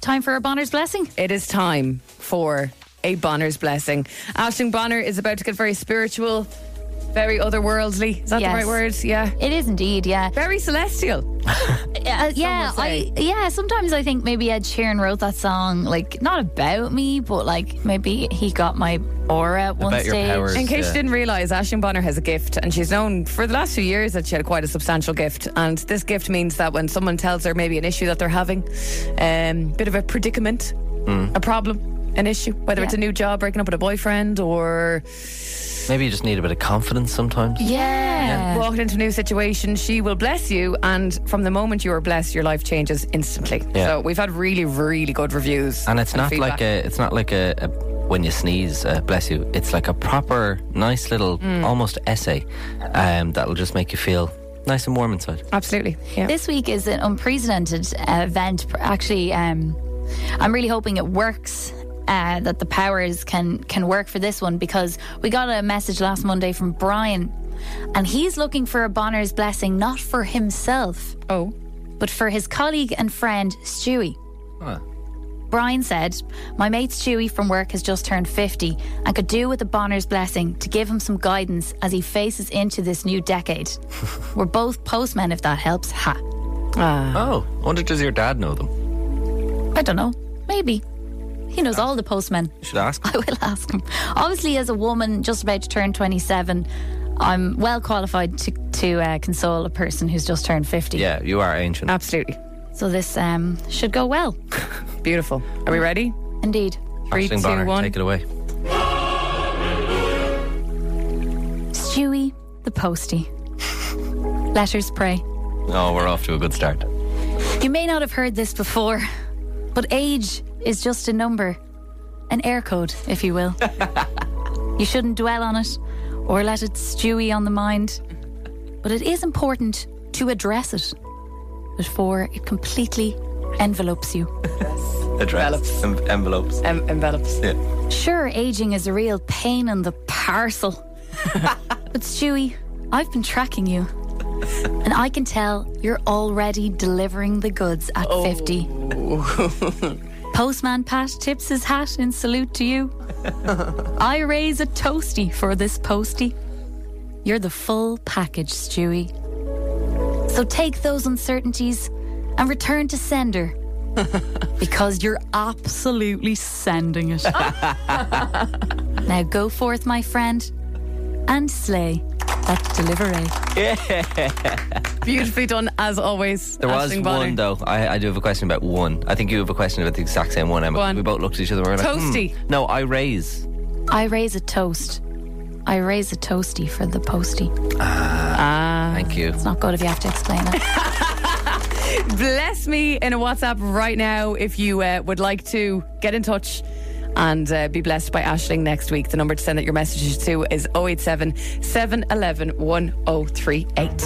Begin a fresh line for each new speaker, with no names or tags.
Time for a Bonner's blessing.
It is time for a Bonner's blessing. Ashton Bonner is about to get very spiritual, very otherworldly. Is that
Yes.
the right word? Yeah.
It is indeed, yeah.
Very celestial.
Yeah, yeah,
would
I
say.
yeah. Sometimes I think maybe Ed Sheeran wrote that song like not about me, but like maybe he got my aura at one
About your
stage.
powers.
In case
Yeah.
you didn't realise, Ashton Bonner has a gift, and she's known for the last few years that she had quite a substantial gift. And this gift means that when someone tells her maybe an issue that they're having, a um, bit of a predicament, a problem, an issue, whether it's a
Yeah.
new job, breaking up with a boyfriend, or
Maybe you just need a bit of confidence sometimes.
Yeah.
walking into a new situation, she will bless you. And from the moment you are blessed, your life changes instantly.
Yeah.
So we've had really, really good reviews.
And it's not
feedback.
like a, it's not like a, a when you sneeze, uh, bless you. It's like a proper, nice little,
Mm.
almost essay um, that'll just make you feel nice and warm inside.
Absolutely. Yeah.
This week is an unprecedented uh, event. Actually, um, I'm really hoping it works. Uh, that the powers can can work for this one because we got a message last Monday from Brian, and he's looking for a Bonner's blessing not for himself
oh.
but for his colleague and friend Stewie. Brian said, My mate Stewie from work has just turned 50 and could do with a Bonner's blessing to give him some guidance as he faces into this new decade. We're both postmen if that helps. Ha.
Ah,
Oh, I wonder does your dad know them? You
I don't know. Maybe. He knows all the postmen.
should ask.
I will ask him. Obviously, as a woman just about to turn 27, I'm well qualified to, to uh, console a person who's just turned 50.
yeah, you are ancient.
Absolutely.
So this um, should go well.
Beautiful. Are we ready?
Indeed.
Three,
Ashling
two,
Bonner,
one.
Take it away.
Stewie the Postie. Letters pray.
Oh, we're off to a good start.
You may not have heard this before, but age is just a number, an air code, if you will. you shouldn't dwell on it or let it stewy on the mind, but it is important to address it before it completely envelopes you.
Address em- envelopes.
Em- envelops.
Sure, aging is a real pain in the parcel. but Stewie, I've been tracking you. And I can tell you're already delivering the goods at 50. Postman Pat tips his hat in salute to you. I raise a toasty for this postie. You're the full package, Stewie. So take those uncertainties and return to sender because you're absolutely sending it. Now go forth, my friend, and slay that delivery.
Beautifully done, as always.
There was
Aisling Bonner.
one though. I, I do have a question about one. I think you have a question about the exact same one, Emma.
Go on.
We both looked at each other. and we were like, hmm.
Toasty.
No, I raise.
I raise a toast. I raise a toasty for the postie.
Uh,
Thank you.
It's not good if you have to explain it.
Bless me in a WhatsApp right now if you uh, would like to get in touch and uh, be blessed by Ashling next week. oh The number to send out your messages to is 087 711 1038.